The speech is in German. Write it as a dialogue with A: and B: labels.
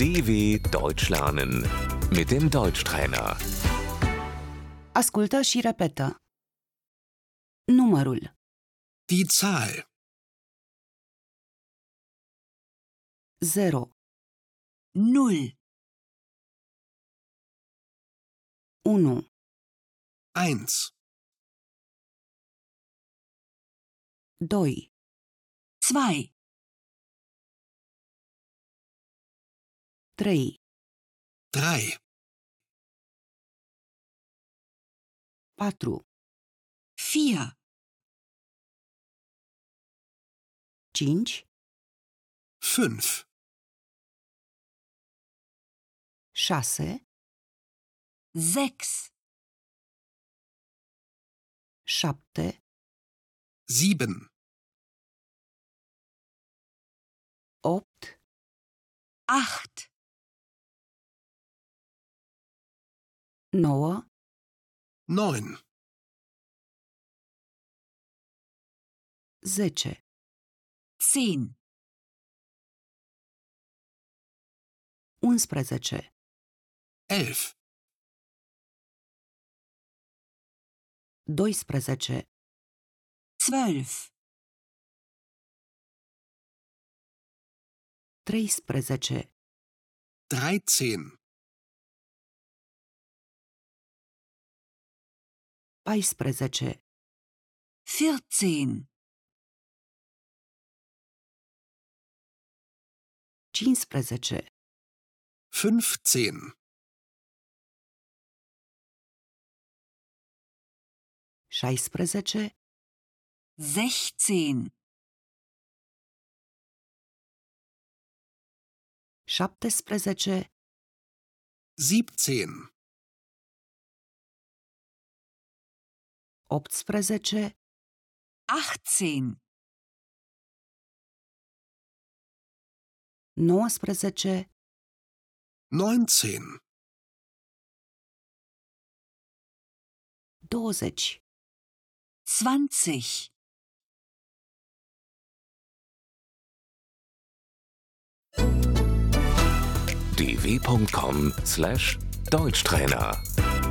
A: DW Deutsch lernen mit dem Deutschtrainer.
B: Ascultă și repetă. Numărul
C: Die Zahl
B: 0 0 1 2
C: 1,
B: 2 3
C: 3,
B: 4 4 5
C: 5,
B: 6 6 7
C: 7,
B: 8 8 9
C: 9,
B: 10 10 11
C: 11,
B: 12 12 13
C: 13,
B: 14 14 15
C: 15,
B: 16 16 17
C: 17,
B: 18 18 19
C: 19,
B: 20 20
A: dw.com/deutschtrainer